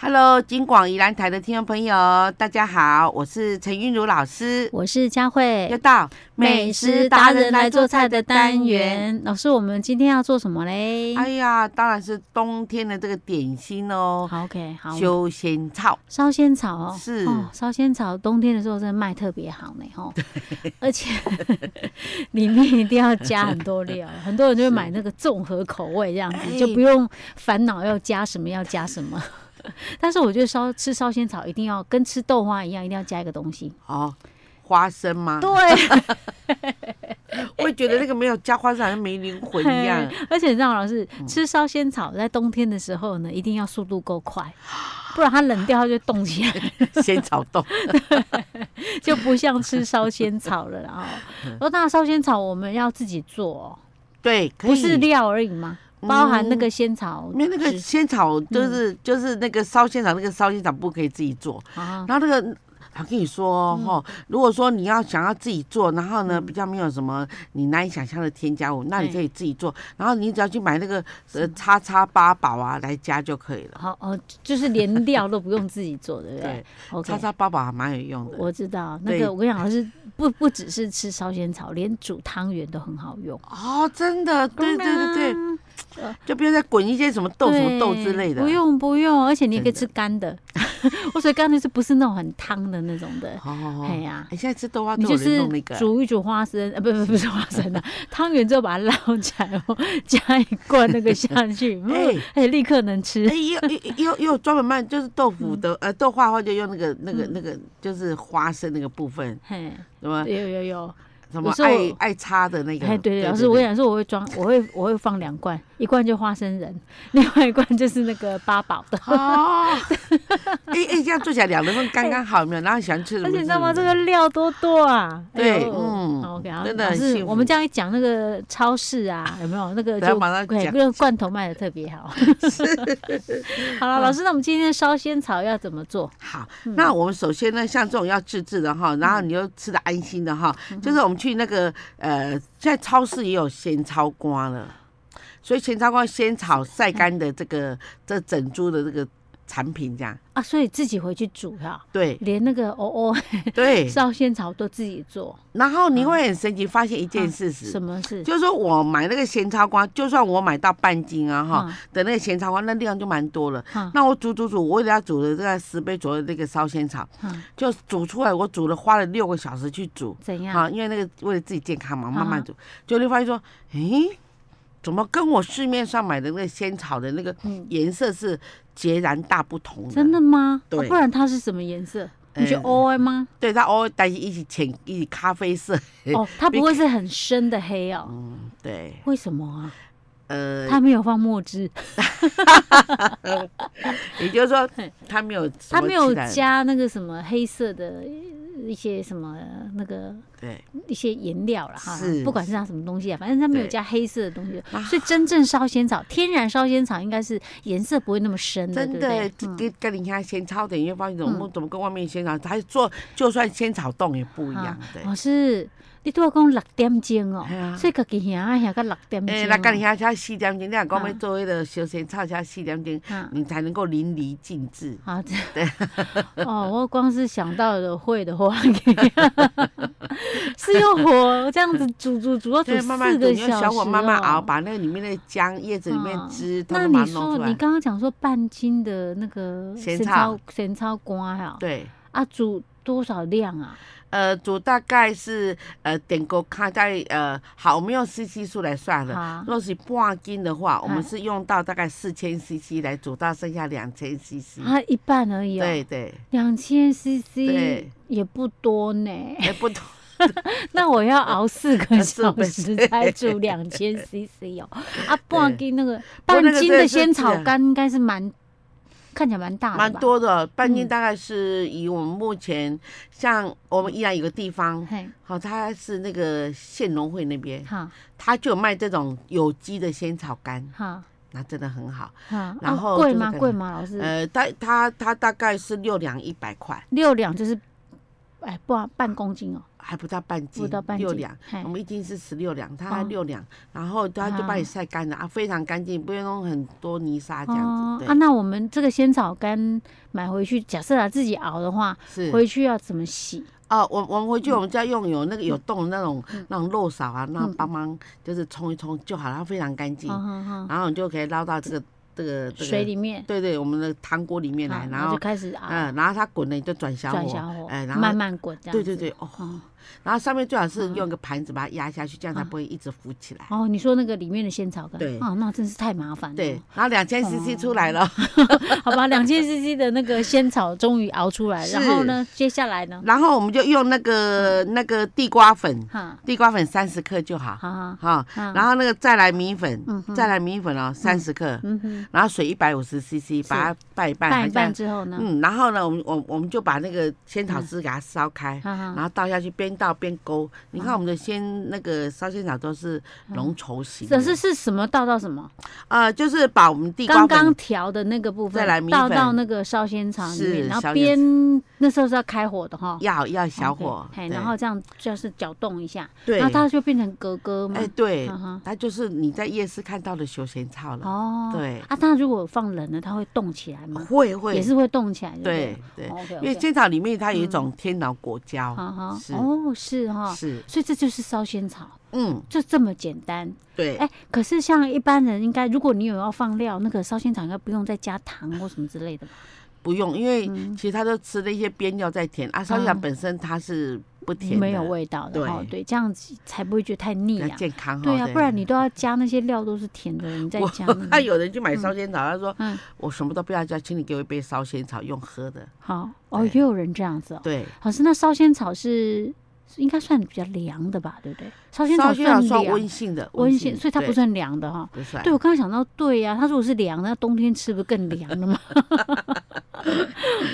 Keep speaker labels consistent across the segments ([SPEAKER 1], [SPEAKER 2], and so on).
[SPEAKER 1] Hello，金广宜兰台的听众朋友，大家好，我是陈韵如老师，
[SPEAKER 2] 我是佳慧
[SPEAKER 1] 又，到
[SPEAKER 2] 美食达人来做菜的单。元。老师，我们今天要做什么嘞？
[SPEAKER 1] 哎呀，当然是冬天的这个点心哦，
[SPEAKER 2] 好，OK，好，
[SPEAKER 1] 修仙草，
[SPEAKER 2] 烧仙草哦，
[SPEAKER 1] 是
[SPEAKER 2] 哦，烧仙草，冬天的时候真的卖特别好呢，吼，而 且里面一定要加很多料，很多人就会买那个综合口味这样子，
[SPEAKER 1] 哎
[SPEAKER 2] 就不用烦恼要加什么要加什么。 但是我觉得烧吃烧仙草一定要跟吃豆花一样，一定要加一个东西。
[SPEAKER 1] 哦，花生吗？
[SPEAKER 2] 对，
[SPEAKER 1] 我也觉得那个没有加花生好像没灵魂一样。嗯
[SPEAKER 2] 而且你知道，老师吃烧仙草在冬天的时候呢，一定要速度够快， 不然它冷掉它就冻起来。
[SPEAKER 1] 仙草冻，
[SPEAKER 2] 就不像吃烧仙草了啦。 哦，哦，那烧仙草我们要自己做、哦，
[SPEAKER 1] 对，可以
[SPEAKER 2] 不是料而已吗？包含那个嗯
[SPEAKER 1] 嗯
[SPEAKER 2] 仙草
[SPEAKER 1] 因为那个
[SPEAKER 2] 汁
[SPEAKER 1] 仙草就是、就是那个烧仙草，那个烧仙草不可以自己做，
[SPEAKER 2] 啊，
[SPEAKER 1] 然后那个。我跟你说哦，
[SPEAKER 2] 嗯
[SPEAKER 1] 吼如果说你要想要自己做，然后呢比较没有什么你难以想象的添加物，那你
[SPEAKER 2] 对
[SPEAKER 1] 可以自己做。然后你只要去买那个呃叉叉八宝啊来加就可以了。
[SPEAKER 2] 好哦，就是连料都不用自己做，对不对
[SPEAKER 1] 对，
[SPEAKER 2] ？OK
[SPEAKER 1] 叉。叉八宝还蛮有用的。
[SPEAKER 2] 我知道那
[SPEAKER 1] 对
[SPEAKER 2] 个，我跟你讲，老师不不只是吃烧仙草，连煮汤圆都很好用。
[SPEAKER 1] 哦，真的，对对对对，
[SPEAKER 2] 嗯
[SPEAKER 1] 就不要再滚一些什么豆什么豆之
[SPEAKER 2] 对
[SPEAKER 1] 类的。哦
[SPEAKER 2] 不用不用，而且你也可以
[SPEAKER 1] 真的
[SPEAKER 2] 吃干的。 我所以干的是不是那种很汤的那种的？
[SPEAKER 1] 好好好。
[SPEAKER 2] 哎呀，
[SPEAKER 1] 你哦现在吃豆花
[SPEAKER 2] 你
[SPEAKER 1] 都有
[SPEAKER 2] 就
[SPEAKER 1] 人
[SPEAKER 2] 是
[SPEAKER 1] 弄那个，
[SPEAKER 2] 煮一煮花生，呃，不不不是花生 的、汤圆之后把它捞起来，然后加一罐那个下去，嗯
[SPEAKER 1] 哎
[SPEAKER 2] 而且立刻能吃
[SPEAKER 1] 哎，。也有也也有也有专门卖，就是豆腐
[SPEAKER 2] 嗯
[SPEAKER 1] 的，呃，豆花的话就用那个那个那个，就是花生那个部分，
[SPEAKER 2] 嘿，
[SPEAKER 1] 什么
[SPEAKER 2] 有有有，
[SPEAKER 1] 什么
[SPEAKER 2] 有时候
[SPEAKER 1] 爱
[SPEAKER 2] 我
[SPEAKER 1] 爱插的哎那个。
[SPEAKER 2] 哎，对对，老师，我想说我会装，我会我会放两罐，一罐就花生仁，另外一罐就是那个八宝的。
[SPEAKER 1] 哦， 哎哎，这样做起来两人份刚刚好，有没有？然后喜欢吃什么？
[SPEAKER 2] 而且你知道吗？这个料多多啊！
[SPEAKER 1] 对
[SPEAKER 2] 哎呦
[SPEAKER 1] 嗯
[SPEAKER 2] 好，OK，好
[SPEAKER 1] 真的
[SPEAKER 2] 老
[SPEAKER 1] 很
[SPEAKER 2] 师
[SPEAKER 1] 幸福
[SPEAKER 2] 我们这样一讲，那个超市啊，有 没有那个
[SPEAKER 1] 等下
[SPEAKER 2] 就
[SPEAKER 1] 马上
[SPEAKER 2] 对
[SPEAKER 1] 讲
[SPEAKER 2] 那个罐头卖的特别好。 好了，老师，那我们今天烧仙草要怎么做？
[SPEAKER 1] 好，
[SPEAKER 2] 嗯
[SPEAKER 1] 那我们首先呢，像这种要自制的哈，然后你又吃的安心的哈，
[SPEAKER 2] 嗯
[SPEAKER 1] 就是我们去那个呃，现在超市也有鲜超瓜了，所以鲜超瓜鲜炒晒干的这 个这整株的这个产品这样，
[SPEAKER 2] 啊，所以自己回去煮哈，
[SPEAKER 1] 对
[SPEAKER 2] 连那个哦哦
[SPEAKER 1] 对。
[SPEAKER 2] 烧仙草都自己做。
[SPEAKER 1] 然后你会很神奇发现一件
[SPEAKER 2] 啊
[SPEAKER 1] 事实，
[SPEAKER 2] 什么事？
[SPEAKER 1] 就是说我买那个咸超瓜，就算我买到半斤啊哈、
[SPEAKER 2] 嗯
[SPEAKER 1] 的那个咸超瓜，那量就蛮多了。
[SPEAKER 2] 嗯
[SPEAKER 1] 那我煮煮煮，我为了要煮的这个十杯左右的那个烧仙草，
[SPEAKER 2] 嗯
[SPEAKER 1] 就煮出来，我煮了花了六个小时去煮，
[SPEAKER 2] 怎样？
[SPEAKER 1] 啊，因为那个为了自己健康嘛，慢慢
[SPEAKER 2] 啊
[SPEAKER 1] 煮，就会发现说，诶，怎么跟我市面上买的那个仙草的那个
[SPEAKER 2] 嗯
[SPEAKER 1] 颜色是截然大不同的？
[SPEAKER 2] 真的吗？
[SPEAKER 1] 对
[SPEAKER 2] 啊不然它是什么颜色？你觉得
[SPEAKER 1] 嗯
[SPEAKER 2] O A 吗？
[SPEAKER 1] 对，它偶尔带一起浅一起咖啡色，
[SPEAKER 2] 哦，它不会是很深的黑哦？
[SPEAKER 1] 呃 嗯，对，
[SPEAKER 2] 为什么啊？
[SPEAKER 1] 呃，
[SPEAKER 2] 它没有放墨汁，
[SPEAKER 1] 也就是 说
[SPEAKER 2] 嘿
[SPEAKER 1] 它没有什
[SPEAKER 2] 它
[SPEAKER 1] 么
[SPEAKER 2] 没有
[SPEAKER 1] 其他的
[SPEAKER 2] 加那个什么黑色的一些什么那个
[SPEAKER 1] 对。
[SPEAKER 2] 一些颜料了哈
[SPEAKER 1] 是，
[SPEAKER 2] 不管是它什么东西啊，反正它没有
[SPEAKER 1] 对
[SPEAKER 2] 加黑色的东西
[SPEAKER 1] 啊，
[SPEAKER 2] 所以真正烧仙草，天然烧仙草应该是颜色不会那么深的，
[SPEAKER 1] 真
[SPEAKER 2] 对不
[SPEAKER 1] 的
[SPEAKER 2] 对？嗯
[SPEAKER 1] 跟跟你看仙草等于发现怎么
[SPEAKER 2] 嗯
[SPEAKER 1] 怎么跟外面仙草，它做就算仙草冻也不一样
[SPEAKER 2] 啊，
[SPEAKER 1] 对。
[SPEAKER 2] 老师，你都要讲六点钟哦
[SPEAKER 1] 嘿啊，
[SPEAKER 2] 所以家己遐遐到六点钟。
[SPEAKER 1] 诶，哎那跟你遐才四点钟，你若讲
[SPEAKER 2] 啊
[SPEAKER 1] 要做迄个小仙草，才四点钟，
[SPEAKER 2] 啊
[SPEAKER 1] 你才能够淋漓尽致。
[SPEAKER 2] 好的， 哦，我光是想到了会的话， 是用火这样子煮煮煮到煮
[SPEAKER 1] 对，慢慢
[SPEAKER 2] 哦四
[SPEAKER 1] 煮，
[SPEAKER 2] 个
[SPEAKER 1] 你用
[SPEAKER 2] 小时、
[SPEAKER 1] 小火
[SPEAKER 2] 哦，
[SPEAKER 1] 慢慢熬，把那个里面的浆、叶子里面的
[SPEAKER 2] 嗯
[SPEAKER 1] 汁，通
[SPEAKER 2] 那
[SPEAKER 1] 通把它
[SPEAKER 2] 你
[SPEAKER 1] 弄
[SPEAKER 2] 说
[SPEAKER 1] 出，
[SPEAKER 2] 你
[SPEAKER 1] 来。
[SPEAKER 2] 刚刚讲说半斤的那个
[SPEAKER 1] 咸
[SPEAKER 2] 咸
[SPEAKER 1] 草
[SPEAKER 2] 草咸草瓜呀，
[SPEAKER 1] 对，
[SPEAKER 2] 啊，煮多少量啊？
[SPEAKER 1] 呃，煮大概是呃点锅看大概呃，好，我们用 CC 数来算了
[SPEAKER 2] 好。
[SPEAKER 1] 若是半斤的话，我们
[SPEAKER 2] 哎
[SPEAKER 1] 是用到大概四千 CC 来煮到剩下两千 CC。
[SPEAKER 2] 啊，一半而已
[SPEAKER 1] 嗯
[SPEAKER 2] 哦，
[SPEAKER 1] 对对，
[SPEAKER 2] 两千
[SPEAKER 1] 对
[SPEAKER 2] CC 也不多呢。
[SPEAKER 1] 哎，不同。
[SPEAKER 2] 那我要熬四个
[SPEAKER 1] 四
[SPEAKER 2] 小
[SPEAKER 1] 个
[SPEAKER 2] 时才煮两千 CC 哦，啊，半斤那个
[SPEAKER 1] 不过
[SPEAKER 2] 半
[SPEAKER 1] 那个
[SPEAKER 2] 斤
[SPEAKER 1] 真
[SPEAKER 2] 的
[SPEAKER 1] 的是
[SPEAKER 2] 仙
[SPEAKER 1] 自
[SPEAKER 2] 草
[SPEAKER 1] 然
[SPEAKER 2] 干应该是蛮看起来蛮大的吧，
[SPEAKER 1] 蛮多的，半斤
[SPEAKER 2] 嗯
[SPEAKER 1] 大概是以我们目前，像我们依然有个地方，
[SPEAKER 2] 嘿，
[SPEAKER 1] 好、它是那个县农会那边，
[SPEAKER 2] 好
[SPEAKER 1] 它就有卖这种有机的仙草干，
[SPEAKER 2] 好
[SPEAKER 1] 那真的很好。
[SPEAKER 2] 好，
[SPEAKER 1] 然后
[SPEAKER 2] 啊贵
[SPEAKER 1] 就是
[SPEAKER 2] 吗？
[SPEAKER 1] 感
[SPEAKER 2] 贵
[SPEAKER 1] 觉
[SPEAKER 2] 吗？老师，
[SPEAKER 1] 呃，它它它大概是六两一百块，
[SPEAKER 2] 六两就是，哎，不啊，半公斤哦，
[SPEAKER 1] 还不到半斤，
[SPEAKER 2] 不到半斤
[SPEAKER 1] 六两
[SPEAKER 2] 嘿，
[SPEAKER 1] 我们一斤是十六两，它
[SPEAKER 2] 哦
[SPEAKER 1] 六两，然后它就把你
[SPEAKER 2] 啊
[SPEAKER 1] 晒干了啊，非常干净，不用弄很多泥沙这样
[SPEAKER 2] 哦
[SPEAKER 1] 子，
[SPEAKER 2] 啊，
[SPEAKER 1] 对，
[SPEAKER 2] 那我们这个仙草干买回去，假设啊自己熬的话，
[SPEAKER 1] 是。
[SPEAKER 2] 回去要怎么洗？
[SPEAKER 1] 哦，我我们回去我们就要用有那个有洞的那种那种漏勺啊，那
[SPEAKER 2] 嗯
[SPEAKER 1] 帮忙就是冲一冲就好了，它非常干净
[SPEAKER 2] 哦，哦哦
[SPEAKER 1] 然后你就可以捞到这个这个这个
[SPEAKER 2] 水里面，
[SPEAKER 1] 对对，我们的汤锅里面
[SPEAKER 2] 好
[SPEAKER 1] 来，
[SPEAKER 2] 然
[SPEAKER 1] 然
[SPEAKER 2] 后
[SPEAKER 1] 后
[SPEAKER 2] 就开始熬，
[SPEAKER 1] 嗯，然后它滚了你就转小
[SPEAKER 2] 转
[SPEAKER 1] 火，
[SPEAKER 2] 小火，
[SPEAKER 1] 哎然后
[SPEAKER 2] 慢慢滚这样
[SPEAKER 1] 对
[SPEAKER 2] 子。
[SPEAKER 1] 对对，哦，
[SPEAKER 2] 哦。
[SPEAKER 1] 然后上面最好是
[SPEAKER 2] 嗯
[SPEAKER 1] 用一个盘子把它压下去，这样才
[SPEAKER 2] 啊
[SPEAKER 1] 不会一直浮起来。
[SPEAKER 2] 哦，你说那个里面的仙草干，
[SPEAKER 1] 对
[SPEAKER 2] 哦，那真是太麻烦了。
[SPEAKER 1] 对，，然后两千
[SPEAKER 2] 哦
[SPEAKER 1] CC 出来了，
[SPEAKER 2] 好吧，两千 CC 的那个仙草终于熬出来，然后呢，接下来呢，
[SPEAKER 1] 然后我们就用那个那个地瓜粉，
[SPEAKER 2] 哈，
[SPEAKER 1] 地瓜粉三十克就好，
[SPEAKER 2] 嗯好好，
[SPEAKER 1] 哈，
[SPEAKER 2] 嗯
[SPEAKER 1] 然后那个再来米粉
[SPEAKER 2] 嗯，哼
[SPEAKER 1] 再来米粉哦，三十克，
[SPEAKER 2] 嗯哼，
[SPEAKER 1] 然后水一百五十 CC，把它拌一拌，
[SPEAKER 2] 拌一
[SPEAKER 1] 好像
[SPEAKER 2] 拌之后呢，
[SPEAKER 1] 嗯，然后呢，我们我我们就把那个仙草汁给它烧开，
[SPEAKER 2] 哈哈，
[SPEAKER 1] 然后倒下去，边倒边勾。你
[SPEAKER 2] 嗯
[SPEAKER 1] 看我们的仙那个烧仙草都是浓稠型的，
[SPEAKER 2] 这是是什么倒到什么？
[SPEAKER 1] 呃，就是把我们地瓜
[SPEAKER 2] 刚
[SPEAKER 1] 粉
[SPEAKER 2] 刚调的那个部分
[SPEAKER 1] 再来米
[SPEAKER 2] 倒到
[SPEAKER 1] 粉
[SPEAKER 2] 那个烧仙草里面，
[SPEAKER 1] 是
[SPEAKER 2] 然后
[SPEAKER 1] 烧
[SPEAKER 2] 边
[SPEAKER 1] 仙
[SPEAKER 2] 那时候是要开火的哈，
[SPEAKER 1] 要要小火，
[SPEAKER 2] 嘿，
[SPEAKER 1] 对
[SPEAKER 2] 然后这样就是搅动一下，
[SPEAKER 1] 对
[SPEAKER 2] 然后，它就变成格格嘛
[SPEAKER 1] 哎，对，
[SPEAKER 2] 嗯哼，
[SPEAKER 1] 它就是你在夜市看到的休闲草了，
[SPEAKER 2] 哦，
[SPEAKER 1] 对
[SPEAKER 2] 啊，它如果放冷了，它会动起来吗？
[SPEAKER 1] 会会
[SPEAKER 2] 也是哦会动起来，
[SPEAKER 1] 对对，
[SPEAKER 2] ，OK
[SPEAKER 1] 因为
[SPEAKER 2] OK，
[SPEAKER 1] 仙草里面它有一种天然果胶，
[SPEAKER 2] 好好，
[SPEAKER 1] 是
[SPEAKER 2] 嗯哦，是哈，
[SPEAKER 1] 是
[SPEAKER 2] 所以这就是烧仙草，
[SPEAKER 1] 嗯
[SPEAKER 2] 就这么简单。
[SPEAKER 1] 对
[SPEAKER 2] 哎、可是像一般人应该，如果你有要放料，那个烧仙草应该不用再加糖或什么之类的吧？
[SPEAKER 1] 不用，因为其实它都吃了一些边料在甜啊，烧仙草
[SPEAKER 2] 嗯
[SPEAKER 1] 本身它是不甜的，
[SPEAKER 2] 没有味道的
[SPEAKER 1] 对
[SPEAKER 2] 哈，对，这样子才不会觉得太腻
[SPEAKER 1] 比较
[SPEAKER 2] 啊。
[SPEAKER 1] 健康哈，哦嗯
[SPEAKER 2] 对啊，不然你都要加那些料都是甜的，你再
[SPEAKER 1] 我
[SPEAKER 2] 加那
[SPEAKER 1] 看
[SPEAKER 2] 个
[SPEAKER 1] 有人去买烧仙草，他说
[SPEAKER 2] 嗯
[SPEAKER 1] 我什么都不要加，请你给我一杯烧仙草用喝的，
[SPEAKER 2] 好哦，
[SPEAKER 1] 对
[SPEAKER 2] 也有人这样子哦。
[SPEAKER 1] 对。
[SPEAKER 2] 老师，那烧仙草是是应该算比较凉的吧？对不对？烧仙
[SPEAKER 1] 烧
[SPEAKER 2] 草
[SPEAKER 1] 仙草算
[SPEAKER 2] 凉，
[SPEAKER 1] 温性的，
[SPEAKER 2] 温性，所以它不
[SPEAKER 1] 对
[SPEAKER 2] 算凉的哈。
[SPEAKER 1] 不算
[SPEAKER 2] 对，我刚刚想到，对呀、它如果是凉，那冬天吃不更凉了吗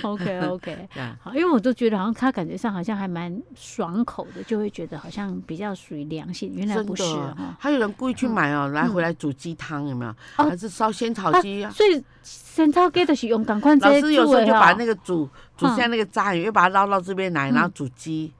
[SPEAKER 2] ？OK OK，
[SPEAKER 1] 这样
[SPEAKER 2] 好，因为我都觉得好像它感觉上好像还蛮爽口的，就会觉得好像比较属于良性，原来
[SPEAKER 1] 真
[SPEAKER 2] 不是
[SPEAKER 1] 的啊
[SPEAKER 2] 哈，。
[SPEAKER 1] 还有人故意去买哦，来回来煮鸡汤有没有？
[SPEAKER 2] 哦
[SPEAKER 1] 还是烧仙草鸡啊？
[SPEAKER 2] 所以仙草给的是用赶快直
[SPEAKER 1] 老
[SPEAKER 2] 接
[SPEAKER 1] 师有时
[SPEAKER 2] 做
[SPEAKER 1] 候就把那
[SPEAKER 2] 个
[SPEAKER 1] 个煮煮
[SPEAKER 2] 嗯
[SPEAKER 1] 下那个渣鱼，又把它捞到这边来，然后煮鸡，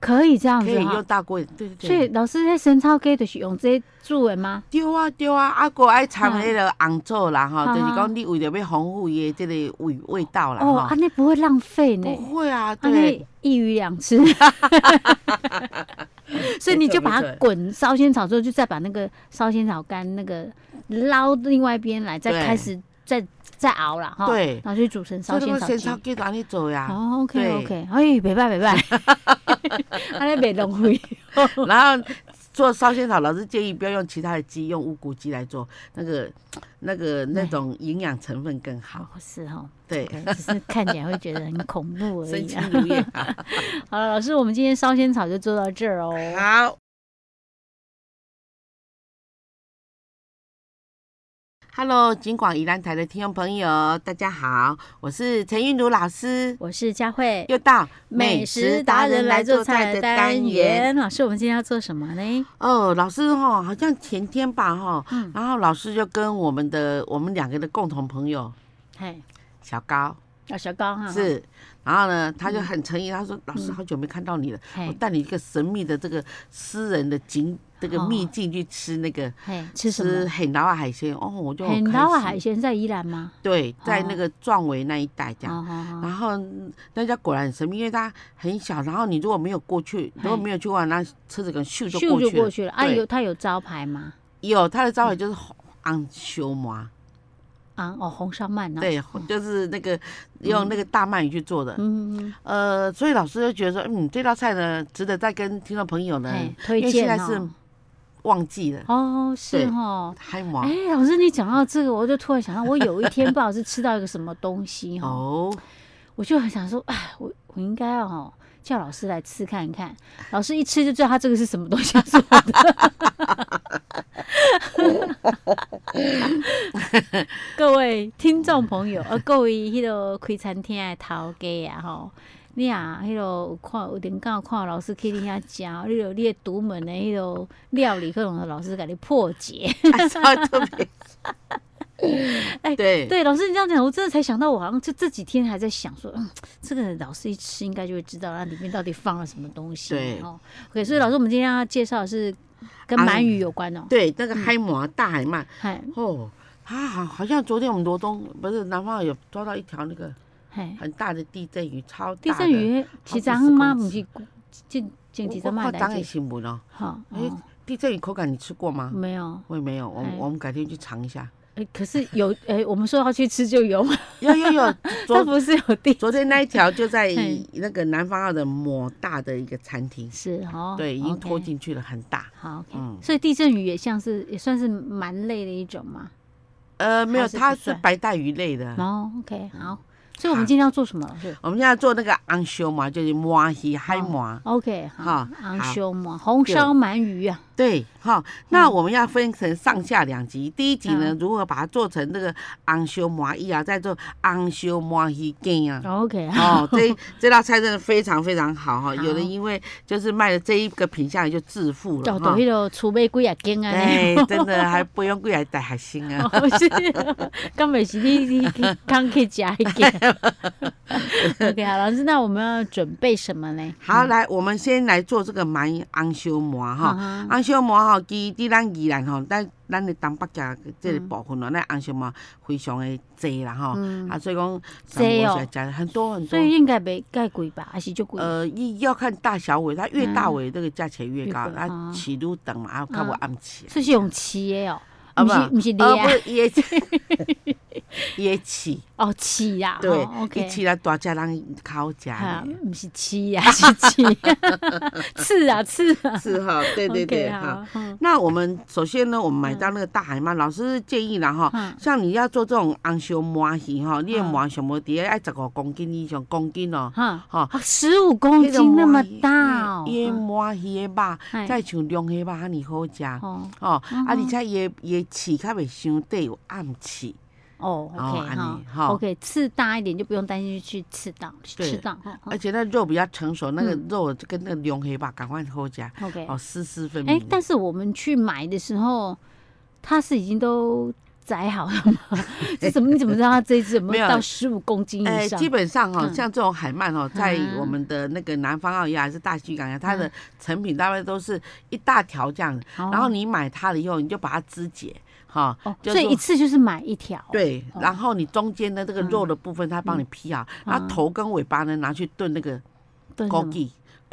[SPEAKER 2] 可以嗯这样
[SPEAKER 1] 可
[SPEAKER 2] 子
[SPEAKER 1] 以
[SPEAKER 2] 哈
[SPEAKER 1] 用。大锅。对对
[SPEAKER 2] 所以
[SPEAKER 1] 对，
[SPEAKER 2] 老师，那仙草给的是用这做的吗？
[SPEAKER 1] 丢啊丢啊，阿哥爱掺那个红枣啦哈，
[SPEAKER 2] 嗯
[SPEAKER 1] 就是讲你为了要丰富伊的这个味味道啦
[SPEAKER 2] 哦，
[SPEAKER 1] 啊哈
[SPEAKER 2] 安。尼不会浪费呢
[SPEAKER 1] 不，会啊，
[SPEAKER 2] 安
[SPEAKER 1] 对
[SPEAKER 2] 尼一鱼两 吃。 所以你就把
[SPEAKER 1] 没
[SPEAKER 2] 它
[SPEAKER 1] 错
[SPEAKER 2] 滚烧仙草之后，就再把那个烧仙草干那个捞另外一边来，再
[SPEAKER 1] 对
[SPEAKER 2] 开始再再熬了哈。
[SPEAKER 1] 对。
[SPEAKER 2] 然后就煮成哦烧
[SPEAKER 1] 所以那
[SPEAKER 2] 仙草
[SPEAKER 1] 个
[SPEAKER 2] 鸡
[SPEAKER 1] 仙。草鸡就安尼做呀，
[SPEAKER 2] 哦，OK
[SPEAKER 1] 啊对
[SPEAKER 2] OK，哎，袂 歹袂 歹，安尼袂啊浪费。哦
[SPEAKER 1] 然后做烧仙草，老师建议不要用其他的鸡，用乌骨鸡来做，那个那个那种营养成分更好
[SPEAKER 2] 好。是哦，
[SPEAKER 1] 对，
[SPEAKER 2] 对只是看起来会觉得很恐怖而
[SPEAKER 1] 身
[SPEAKER 2] 已
[SPEAKER 1] 轻
[SPEAKER 2] 啊。
[SPEAKER 1] 如燕。
[SPEAKER 2] 好了，老师，我们今天烧仙草就做到这儿哦。
[SPEAKER 1] 好。Hello，金广宜兰台的听众朋友，大家好，我是陈韵如老师，
[SPEAKER 2] 我是佳慧，
[SPEAKER 1] 又到
[SPEAKER 2] 美食达人来做菜的单。元。老师，我们今天要做什么呢？
[SPEAKER 1] 哦，老师哈、好像前天吧哈、
[SPEAKER 2] 嗯
[SPEAKER 1] 然后老师就跟我们的我们两个的共同朋友
[SPEAKER 2] 嘿，
[SPEAKER 1] 小高
[SPEAKER 2] 啊，小高哈，
[SPEAKER 1] 是，然后呢，
[SPEAKER 2] 嗯
[SPEAKER 1] 他就很诚意，他说：“老师，好久没看到你了，我
[SPEAKER 2] 嘿，
[SPEAKER 1] 带你一个神秘的这个私人的景，这个
[SPEAKER 2] 哦
[SPEAKER 1] 秘境去吃那个
[SPEAKER 2] 嘿，吃什
[SPEAKER 1] 吃
[SPEAKER 2] 么？
[SPEAKER 1] 很老海鲜哦，我就
[SPEAKER 2] 很
[SPEAKER 1] 很
[SPEAKER 2] 老
[SPEAKER 1] 开
[SPEAKER 2] 啊，
[SPEAKER 1] 心
[SPEAKER 2] 海鲜在宜兰吗？
[SPEAKER 1] 对，在那
[SPEAKER 2] 哦
[SPEAKER 1] 个壮围那一带这样。
[SPEAKER 2] 好好好，
[SPEAKER 1] 然后那家果然很神秘，因为它很小，然后你如果没有过去，如果
[SPEAKER 2] 嘿
[SPEAKER 1] 没有去玩，那车子可能咻就
[SPEAKER 2] 咻
[SPEAKER 1] 过
[SPEAKER 2] 就
[SPEAKER 1] 去
[SPEAKER 2] 过
[SPEAKER 1] 了。
[SPEAKER 2] 去了。啊，
[SPEAKER 1] 对
[SPEAKER 2] 有它有招牌吗？
[SPEAKER 1] 有它的招牌就是红昂修麻，
[SPEAKER 2] 啊，哦，红烧鳗呢？
[SPEAKER 1] 对，就是那个用那个大鳗鱼去做的。
[SPEAKER 2] 嗯，嗯，嗯
[SPEAKER 1] 呃，所以老师就觉得说，嗯，这道菜呢，值得再跟听众朋友呢
[SPEAKER 2] 嘿，推
[SPEAKER 1] 嗯因为现
[SPEAKER 2] 荐
[SPEAKER 1] 在
[SPEAKER 2] 哦
[SPEAKER 1] 是忘记了
[SPEAKER 2] 哦，是
[SPEAKER 1] 对
[SPEAKER 2] 哦。
[SPEAKER 1] 嗨麻
[SPEAKER 2] 哎、老师，你讲到这个，我就突然想到，我有一天不好是吃到一个什么东西哈，
[SPEAKER 1] 哦，
[SPEAKER 2] 我就很想说，哎，我我应该哦叫老师来吃看看。老师一吃就知道他这个是什么东西做的。 各位听众朋友，呃，各位迄个开餐厅的头家啊，吼。你啊，迄落有看有点有看老师去你遐食，你就你的独门的迄落料理，可能老师给你破解。
[SPEAKER 1] 还是要特别
[SPEAKER 2] 哎
[SPEAKER 1] 对
[SPEAKER 2] 对，老师你这样讲，我真的才想到，我好像就这几天还在想说，嗯，这个老师一吃应该就会知道它啊里面到底放了什么东西。
[SPEAKER 1] 对
[SPEAKER 2] 哦，OK，所以老师，我们今天要介绍的是跟
[SPEAKER 1] 啊
[SPEAKER 2] 鳗鱼有关哦。
[SPEAKER 1] 对，那个海马大海鳗
[SPEAKER 2] 嗨
[SPEAKER 1] 哦，它好好像昨天我们罗东不是南方有抓到一条那个
[SPEAKER 2] 嗨，
[SPEAKER 1] 很大的地震鱼，超大
[SPEAKER 2] 地
[SPEAKER 1] 的
[SPEAKER 2] 震鱼其实嘛，不是进进几只
[SPEAKER 1] 我
[SPEAKER 2] 嘛
[SPEAKER 1] 我
[SPEAKER 2] 来
[SPEAKER 1] 当然
[SPEAKER 2] 着？
[SPEAKER 1] 行不咯？
[SPEAKER 2] 好，
[SPEAKER 1] 哎
[SPEAKER 2] 哦
[SPEAKER 1] 地震鱼口感你吃过吗？
[SPEAKER 2] 没有。
[SPEAKER 1] 我也没有，我们
[SPEAKER 2] 哎
[SPEAKER 1] 我们改天去尝一下。
[SPEAKER 2] 哎，可是有哎，我们说要去吃就有嘛，
[SPEAKER 1] 有有有，
[SPEAKER 2] 这
[SPEAKER 1] 昨
[SPEAKER 2] 不是有 地
[SPEAKER 1] 昨天那一条就在
[SPEAKER 2] 嘿
[SPEAKER 1] 那个南方澳的某大的一个餐厅，
[SPEAKER 2] 是哦，
[SPEAKER 1] 对，已经拖
[SPEAKER 2] OK
[SPEAKER 1] 进去了，很大。
[SPEAKER 2] 好，OK，、
[SPEAKER 1] 嗯
[SPEAKER 2] 所以地震鱼也像是也算是蛮类的一种嘛。
[SPEAKER 1] 呃，没有，
[SPEAKER 2] 还是不
[SPEAKER 1] 它是
[SPEAKER 2] 算
[SPEAKER 1] 白带鱼类的。
[SPEAKER 2] 然后哦 OK，好，
[SPEAKER 1] 嗯
[SPEAKER 2] 所以我们今天要做什么？老师
[SPEAKER 1] 我们现在做那个昂修嘛，就是麻鱼海麻，
[SPEAKER 2] ？OK，好
[SPEAKER 1] 好，
[SPEAKER 2] 昂
[SPEAKER 1] 好
[SPEAKER 2] 修嘛，红烧鳗鱼啊，
[SPEAKER 1] 对，哈。那我们要分成上下两集，第一集呢，如何把它做成这个昂修麻鱼啊，再做昂修麻鱼羹啊。
[SPEAKER 2] OK，
[SPEAKER 1] 哦，这这道菜真的非常非常好哈！
[SPEAKER 2] 好
[SPEAKER 1] 有人因为就是卖了这一个品相就致富
[SPEAKER 2] 找
[SPEAKER 1] 了
[SPEAKER 2] 到
[SPEAKER 1] 哈
[SPEAKER 2] 迄。个储备几啊斤啊，
[SPEAKER 1] 哎，真的还不用过来带海星 啊！
[SPEAKER 2] 哦是，根本是你你你刚去加一斤。OK，好，老师，那我们要准备什么呢？
[SPEAKER 1] 好，来，我们先来做这个鳗红烧麻哈。
[SPEAKER 2] 哈，
[SPEAKER 1] 红烧麻吼，其实咱宜兰吼，咱咱的东北角这个部分哦，咱红烧麻非常的多啦吼。
[SPEAKER 2] 嗯，
[SPEAKER 1] 啊，所以讲，
[SPEAKER 2] 多哦
[SPEAKER 1] 讲很多很
[SPEAKER 2] 所
[SPEAKER 1] 多。
[SPEAKER 2] 以应该没盖贵吧，还是就贵？
[SPEAKER 1] 呃，一要看大小尾，它越大尾这个价钱越高，
[SPEAKER 2] 越贵
[SPEAKER 1] 啊
[SPEAKER 2] 哦，
[SPEAKER 1] 起愈长嘛，啊，较无暗起。
[SPEAKER 2] 这是用饲的哦，
[SPEAKER 1] 啊
[SPEAKER 2] 不是
[SPEAKER 1] 不
[SPEAKER 2] 不是
[SPEAKER 1] 呃，不
[SPEAKER 2] 掠
[SPEAKER 1] 是也 也起，
[SPEAKER 2] 哦，饲啦，
[SPEAKER 1] 对
[SPEAKER 2] 哦，，OK
[SPEAKER 1] 一。起来大家人烤食
[SPEAKER 2] 哈，
[SPEAKER 1] 呢，
[SPEAKER 2] 唔是吃啊，是吃，刺啊刺啊，
[SPEAKER 1] 是 哈，对对对哈。
[SPEAKER 2] o k
[SPEAKER 1] 那我们首先呢，我们买到那个大海鳗，老师建议啦哈，
[SPEAKER 2] 嗯
[SPEAKER 1] 像你要做这种红烧鳗鱼哈，你的
[SPEAKER 2] 嗯
[SPEAKER 1] 鳗想要底要十五公斤以上公斤哦，
[SPEAKER 2] 哈，
[SPEAKER 1] 哈。
[SPEAKER 2] 啊十五公斤那么大哦，
[SPEAKER 1] 伊鳗鱼的肉，
[SPEAKER 2] 嗯
[SPEAKER 1] 嗯再像龙虾肉安尼好食
[SPEAKER 2] 哦
[SPEAKER 1] 哦，
[SPEAKER 2] 嗯
[SPEAKER 1] 啊，而且伊伊刺较袂伤底有暗刺，
[SPEAKER 2] 哦，OK
[SPEAKER 1] 安
[SPEAKER 2] 哈
[SPEAKER 1] 尼哈
[SPEAKER 2] ，OK 刺大一点就不用担心去刺到，去
[SPEAKER 1] 对哎
[SPEAKER 2] 吃到哦哈
[SPEAKER 1] 而且那肉比较成熟，那个肉就跟那个龙虾肉赶快好食，
[SPEAKER 2] ，OK，
[SPEAKER 1] 哦，丝丝分
[SPEAKER 2] 哎
[SPEAKER 1] 明，。
[SPEAKER 2] 但是我们去买的时候，它是已经都宰好了吗？ 这怎么你怎么知道它这一只有没
[SPEAKER 1] 没有
[SPEAKER 2] 有到十五公斤以上
[SPEAKER 1] 哎基？本上哈、
[SPEAKER 2] 嗯
[SPEAKER 1] 像这种海鳗哦，在
[SPEAKER 2] 嗯
[SPEAKER 1] 我们的那个南方澳也还是大西港呀，它的成品大概都是一大条这样，
[SPEAKER 2] 哦
[SPEAKER 1] 然后你买它了以后，你就把它肢解，哈、
[SPEAKER 2] 哦，
[SPEAKER 1] 就
[SPEAKER 2] 所以
[SPEAKER 1] 说
[SPEAKER 2] 一次就是买一条，，
[SPEAKER 1] 对，
[SPEAKER 2] 哦嗯
[SPEAKER 1] 然后你中间的这个肉的部分，它帮你劈好，然后头跟尾巴呢拿去炖那个
[SPEAKER 2] 对，
[SPEAKER 1] 枸杞枸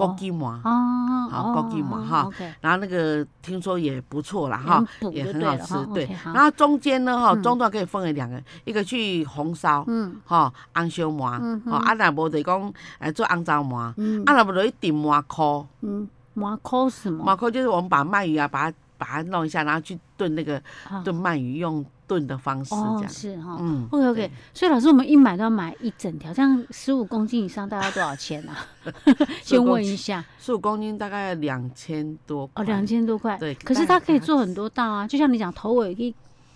[SPEAKER 2] 哦
[SPEAKER 1] 杞麻，
[SPEAKER 2] 哦，
[SPEAKER 1] 好枸杞嘛
[SPEAKER 2] 哦
[SPEAKER 1] 哈
[SPEAKER 2] ，OK。
[SPEAKER 1] 然后那个听说也不错啦哈
[SPEAKER 2] 很补，
[SPEAKER 1] 也很
[SPEAKER 2] 嗯就对
[SPEAKER 1] 好
[SPEAKER 2] 了
[SPEAKER 1] 吃
[SPEAKER 2] 哈，
[SPEAKER 1] 对
[SPEAKER 2] OK，。好
[SPEAKER 1] 然后中间呢哈，
[SPEAKER 2] 嗯
[SPEAKER 1] 中段可以分为两个，一个去红烧，
[SPEAKER 2] 嗯
[SPEAKER 1] 哈，红烧麻，哦，啊那无就讲呃做红烧麻，
[SPEAKER 2] 嗯
[SPEAKER 1] 啊那无就去炖麻壳，
[SPEAKER 2] 嗯，麻扣什么？
[SPEAKER 1] 麻壳就是我们把鳗鱼啊，把它把它弄一下，然后去炖那个
[SPEAKER 2] 啊
[SPEAKER 1] 炖鳗鱼，用炖的方式这
[SPEAKER 2] 哦，
[SPEAKER 1] 样，
[SPEAKER 2] 是哈。
[SPEAKER 1] 嗯
[SPEAKER 2] OK
[SPEAKER 1] 对
[SPEAKER 2] OK，所以老师，我们一买都要买一整条，这样十五公斤以上大概多少钱 啊？ 先问一下，
[SPEAKER 1] 十五公斤大概两千多
[SPEAKER 2] 哦，
[SPEAKER 1] 块，
[SPEAKER 2] 两千多块。
[SPEAKER 1] 对
[SPEAKER 2] 可是它
[SPEAKER 1] 大概
[SPEAKER 2] 可以做很多道啊，就像你讲头尾可以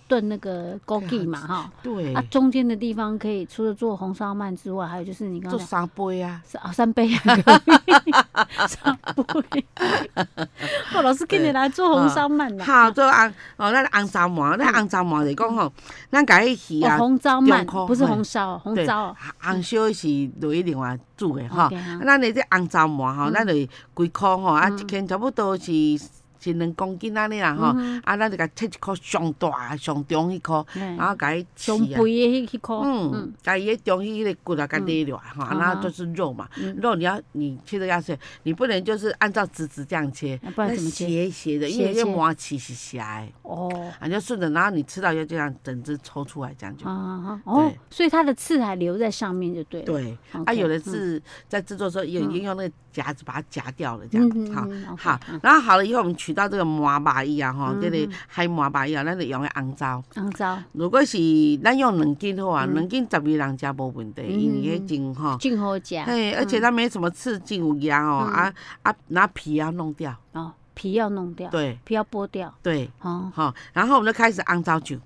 [SPEAKER 2] 炖那个枸杞嘛，哈，
[SPEAKER 1] 对
[SPEAKER 2] 啊，，中间的地方可以除了做红烧鳗之外，还有就是你刚
[SPEAKER 1] 做
[SPEAKER 2] 刚讲
[SPEAKER 1] 三杯啊，
[SPEAKER 2] 三哦三杯啊， 可以三杯。哦，老师给你
[SPEAKER 1] 对嗯
[SPEAKER 2] 来做红烧鳗啦，
[SPEAKER 1] 好，做红哦，咱红烧麻，咱红烧麻就是讲吼，咱家迄鱼
[SPEAKER 2] 嗯哦
[SPEAKER 1] 啊，
[SPEAKER 2] 红烧
[SPEAKER 1] 中
[SPEAKER 2] 鳗
[SPEAKER 1] 空
[SPEAKER 2] 不是
[SPEAKER 1] 嘿
[SPEAKER 2] 红烧哦，红
[SPEAKER 1] 对，
[SPEAKER 2] 烧哦。
[SPEAKER 1] 红烧是落去另外煮的吼啊
[SPEAKER 2] OK，好。
[SPEAKER 1] 咱的这红烧麻吼，
[SPEAKER 2] 嗯
[SPEAKER 1] 咱就是规箍吼，啊
[SPEAKER 2] 嗯
[SPEAKER 1] 一斤差不多是是两公斤安尼啦吼
[SPEAKER 2] 嗯。
[SPEAKER 1] 啊，咱就甲切一箍上大的上中迄箍，
[SPEAKER 2] 然
[SPEAKER 1] 然后甲伊切
[SPEAKER 2] 胸
[SPEAKER 1] 啊。
[SPEAKER 2] 嗯背的迄块，
[SPEAKER 1] 嗯
[SPEAKER 2] 嗯，，
[SPEAKER 1] 甲伊迄中迄个骨啊，甲勒落来吼，啊
[SPEAKER 2] 嗯
[SPEAKER 1] 然后就是肉嘛
[SPEAKER 2] 嗯，
[SPEAKER 1] 肉你要你切的要切，你不能就是按照直直这样切
[SPEAKER 2] 啊，不然
[SPEAKER 1] 那
[SPEAKER 2] 怎么切
[SPEAKER 1] 斜斜的，因为
[SPEAKER 2] 斜
[SPEAKER 1] 那
[SPEAKER 2] 切
[SPEAKER 1] 麻刺是斜的。
[SPEAKER 2] 哦，
[SPEAKER 1] 啊，你就顺着，然后你吃到就这样整只抽出来，这样就、
[SPEAKER 2] 啊啊哦，所以它的刺还留在上面就对了。
[SPEAKER 1] 对。
[SPEAKER 2] OK，
[SPEAKER 1] 啊，有的
[SPEAKER 2] 嗯
[SPEAKER 1] 是在制作的时候也也用那个夹子把它夹掉了，这样、
[SPEAKER 2] 嗯嗯，
[SPEAKER 1] 好。
[SPEAKER 2] 嗯
[SPEAKER 1] 好，，
[SPEAKER 2] 嗯
[SPEAKER 1] 然后好了以后，我们取到这个麻麻衣啊，吼、
[SPEAKER 2] 嗯
[SPEAKER 1] 这个海麻麻衣啊，咱就用个红糟。
[SPEAKER 2] 嗯，糟，
[SPEAKER 1] 如果是咱用两斤好啊，两斤十二人食无问题，
[SPEAKER 2] 嗯
[SPEAKER 1] 因为迄种吼，
[SPEAKER 2] 俊好夹，
[SPEAKER 1] 嘿，而
[SPEAKER 2] 嗯
[SPEAKER 1] 且它没什么刺激有牙哦，啊啊，拿皮要弄掉，
[SPEAKER 2] 哦，皮要弄掉，
[SPEAKER 1] 对
[SPEAKER 2] 皮要剥掉，
[SPEAKER 1] 对，
[SPEAKER 2] 哦，
[SPEAKER 1] 好、然后我们就开始红糟酒，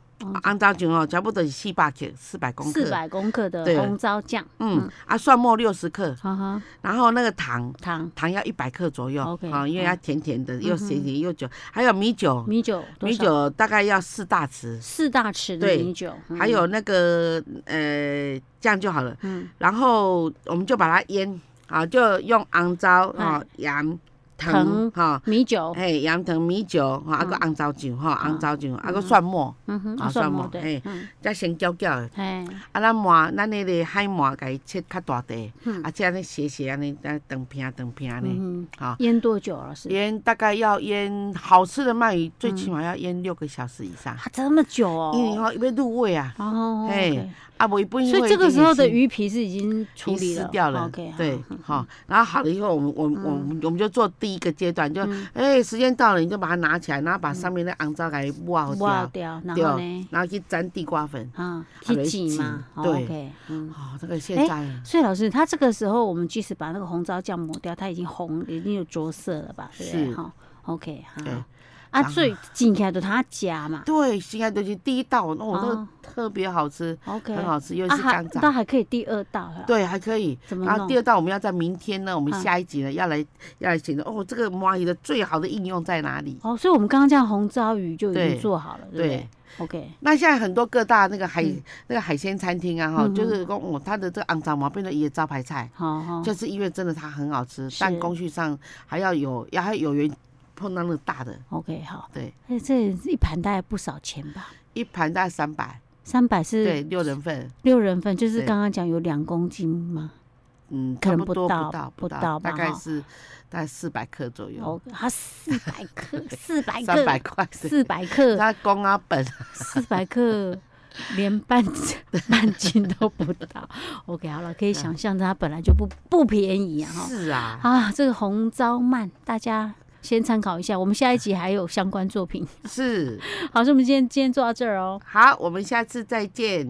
[SPEAKER 1] 红糟酱哦，差不多是四百克，四百公
[SPEAKER 2] 四
[SPEAKER 1] 克。
[SPEAKER 2] 百公克的
[SPEAKER 1] 对
[SPEAKER 2] 红糟酱，
[SPEAKER 1] 嗯，啊，蒜末六十克，
[SPEAKER 2] 哈哈，
[SPEAKER 1] 然后那个糖，
[SPEAKER 2] 糖、
[SPEAKER 1] 糖要一百克左右
[SPEAKER 2] OK，
[SPEAKER 1] 啊，因为
[SPEAKER 2] 嗯
[SPEAKER 1] 它甜甜的，又咸咸又久。还有米酒，
[SPEAKER 2] 米酒
[SPEAKER 1] 哦
[SPEAKER 2] 多
[SPEAKER 1] 米
[SPEAKER 2] 少？
[SPEAKER 1] 酒大概要四大匙，
[SPEAKER 2] 四大匙的
[SPEAKER 1] 对
[SPEAKER 2] 米酒，嗯
[SPEAKER 1] 还有那个呃这样就好了。
[SPEAKER 2] 嗯
[SPEAKER 1] 然后我们就把它腌啊，就用红糟啊、盐、
[SPEAKER 2] 哎糖
[SPEAKER 1] 糖哈，
[SPEAKER 2] 米酒，
[SPEAKER 1] 嘿，盐糖、米酒哈，啊个红糟酱哈，
[SPEAKER 2] 啊
[SPEAKER 1] 红糟酱啊个蒜末，
[SPEAKER 2] 嗯哼，
[SPEAKER 1] 啊
[SPEAKER 2] 啊蒜
[SPEAKER 1] 蒜
[SPEAKER 2] 末
[SPEAKER 1] 末
[SPEAKER 2] 对
[SPEAKER 1] 嘿，
[SPEAKER 2] 嗯，
[SPEAKER 1] 再先搅搅的。
[SPEAKER 2] 哎，
[SPEAKER 1] 啊，咱麻咱迄个海麻，甲伊切较大块
[SPEAKER 2] 嗯，
[SPEAKER 1] 啊，这安尼斜斜安尼，安长片啊长片安尼，
[SPEAKER 2] 嗯哼
[SPEAKER 1] 好，
[SPEAKER 2] 腌多久了？是
[SPEAKER 1] 腌大概要腌好吃的鳗鱼，最起码要腌六个小时以上，
[SPEAKER 2] 啊，这么久哦，
[SPEAKER 1] 因为吼要入味啊，
[SPEAKER 2] 哦，
[SPEAKER 1] 嘿
[SPEAKER 2] OK
[SPEAKER 1] 啊，不一般
[SPEAKER 2] 所
[SPEAKER 1] 会
[SPEAKER 2] 以这
[SPEAKER 1] 一
[SPEAKER 2] 个
[SPEAKER 1] 定
[SPEAKER 2] 时候
[SPEAKER 1] 是
[SPEAKER 2] 的鱼皮是已经处
[SPEAKER 1] 已
[SPEAKER 2] 理
[SPEAKER 1] 经
[SPEAKER 2] 了哦
[SPEAKER 1] 撕掉了
[SPEAKER 2] OK，好嗯
[SPEAKER 1] 对，好，然后好了以后，我们我们我们我们就做第一个阶段，就
[SPEAKER 2] 嗯
[SPEAKER 1] 哎时间到了，你就把它拿起来，然后把上面的肮糟给抹
[SPEAKER 2] 挖
[SPEAKER 1] 掉，
[SPEAKER 2] 掉，然
[SPEAKER 1] 啊对哦
[SPEAKER 2] 后呢，
[SPEAKER 1] 然后去沾地瓜粉，
[SPEAKER 2] 啊，
[SPEAKER 1] 啊
[SPEAKER 2] 去
[SPEAKER 1] 来
[SPEAKER 2] 挤
[SPEAKER 1] 挤
[SPEAKER 2] 嘛，哦
[SPEAKER 1] 对
[SPEAKER 2] ，OK，嗯。
[SPEAKER 1] 哦，这个现
[SPEAKER 2] 哎
[SPEAKER 1] 在
[SPEAKER 2] 所以老师，它这个时候我们即使把那个红糟酱抹掉，它已经红，已经有着色了吧？对不对？
[SPEAKER 1] 是
[SPEAKER 2] 哈，OK，好
[SPEAKER 1] 对。
[SPEAKER 2] 啊，
[SPEAKER 1] 然后
[SPEAKER 2] 所以进起来都它加嘛
[SPEAKER 1] 对，现在就是第一道，那我那
[SPEAKER 2] 哦
[SPEAKER 1] 个特别好吃，
[SPEAKER 2] ，OK。
[SPEAKER 1] 很好吃，尤其
[SPEAKER 2] 啊，
[SPEAKER 1] 是
[SPEAKER 2] 还
[SPEAKER 1] 干
[SPEAKER 2] 那
[SPEAKER 1] 炸，
[SPEAKER 2] 还可以第二道哈。
[SPEAKER 1] 对，还可以。
[SPEAKER 2] 怎么
[SPEAKER 1] 然后
[SPEAKER 2] 弄
[SPEAKER 1] 第？二道我们要在明天呢，我们
[SPEAKER 2] 嗯
[SPEAKER 1] 下一集呢要来要来讲的哦，这个蚂蚁的最好的应用在哪里？
[SPEAKER 2] 哦，所以我们刚刚这样红糟鱼就已经
[SPEAKER 1] 对
[SPEAKER 2] 做好了，对不对
[SPEAKER 1] 对
[SPEAKER 2] ？OK，
[SPEAKER 1] 那现在很多各大那个海、
[SPEAKER 2] 嗯
[SPEAKER 1] 那个海鲜餐厅啊，哈、
[SPEAKER 2] 嗯哼
[SPEAKER 1] 就是说哦，它的这个肮脏毛变成一个招牌菜，
[SPEAKER 2] 好好，
[SPEAKER 1] 就是因为真的它很好吃，
[SPEAKER 2] 是
[SPEAKER 1] 但工序上还要有要还有缘碰到那个大的，
[SPEAKER 2] OK，好。
[SPEAKER 1] 对，
[SPEAKER 2] 哎，这一盘大概不少钱吧？
[SPEAKER 1] 一盘大概三百，
[SPEAKER 2] 三百是
[SPEAKER 1] 对，六人份，
[SPEAKER 2] 六人份，就是
[SPEAKER 1] 对
[SPEAKER 2] 刚刚讲有两公斤吗
[SPEAKER 1] 嗯，
[SPEAKER 2] 可
[SPEAKER 1] 差
[SPEAKER 2] 能
[SPEAKER 1] 不多
[SPEAKER 2] 不到
[SPEAKER 1] 不到
[SPEAKER 2] 不到吧
[SPEAKER 1] 大概
[SPEAKER 2] 哈
[SPEAKER 1] 是大概四百克左右，
[SPEAKER 2] 哦，它四百 克，四百
[SPEAKER 1] 三百
[SPEAKER 2] 克，
[SPEAKER 1] 块，
[SPEAKER 2] 四 百克，
[SPEAKER 1] 它公啊本，
[SPEAKER 2] 四百克连半 半斤都不到。OK，好了，可以想象它本来就不不便宜啊哈。
[SPEAKER 1] 是啊，
[SPEAKER 2] 啊，这个红糟鳗大家先参考一下，我们下一集还有相关作品。
[SPEAKER 1] 是
[SPEAKER 2] 好，所以我们今天今天做到这儿哦。
[SPEAKER 1] 好，我们下次再见。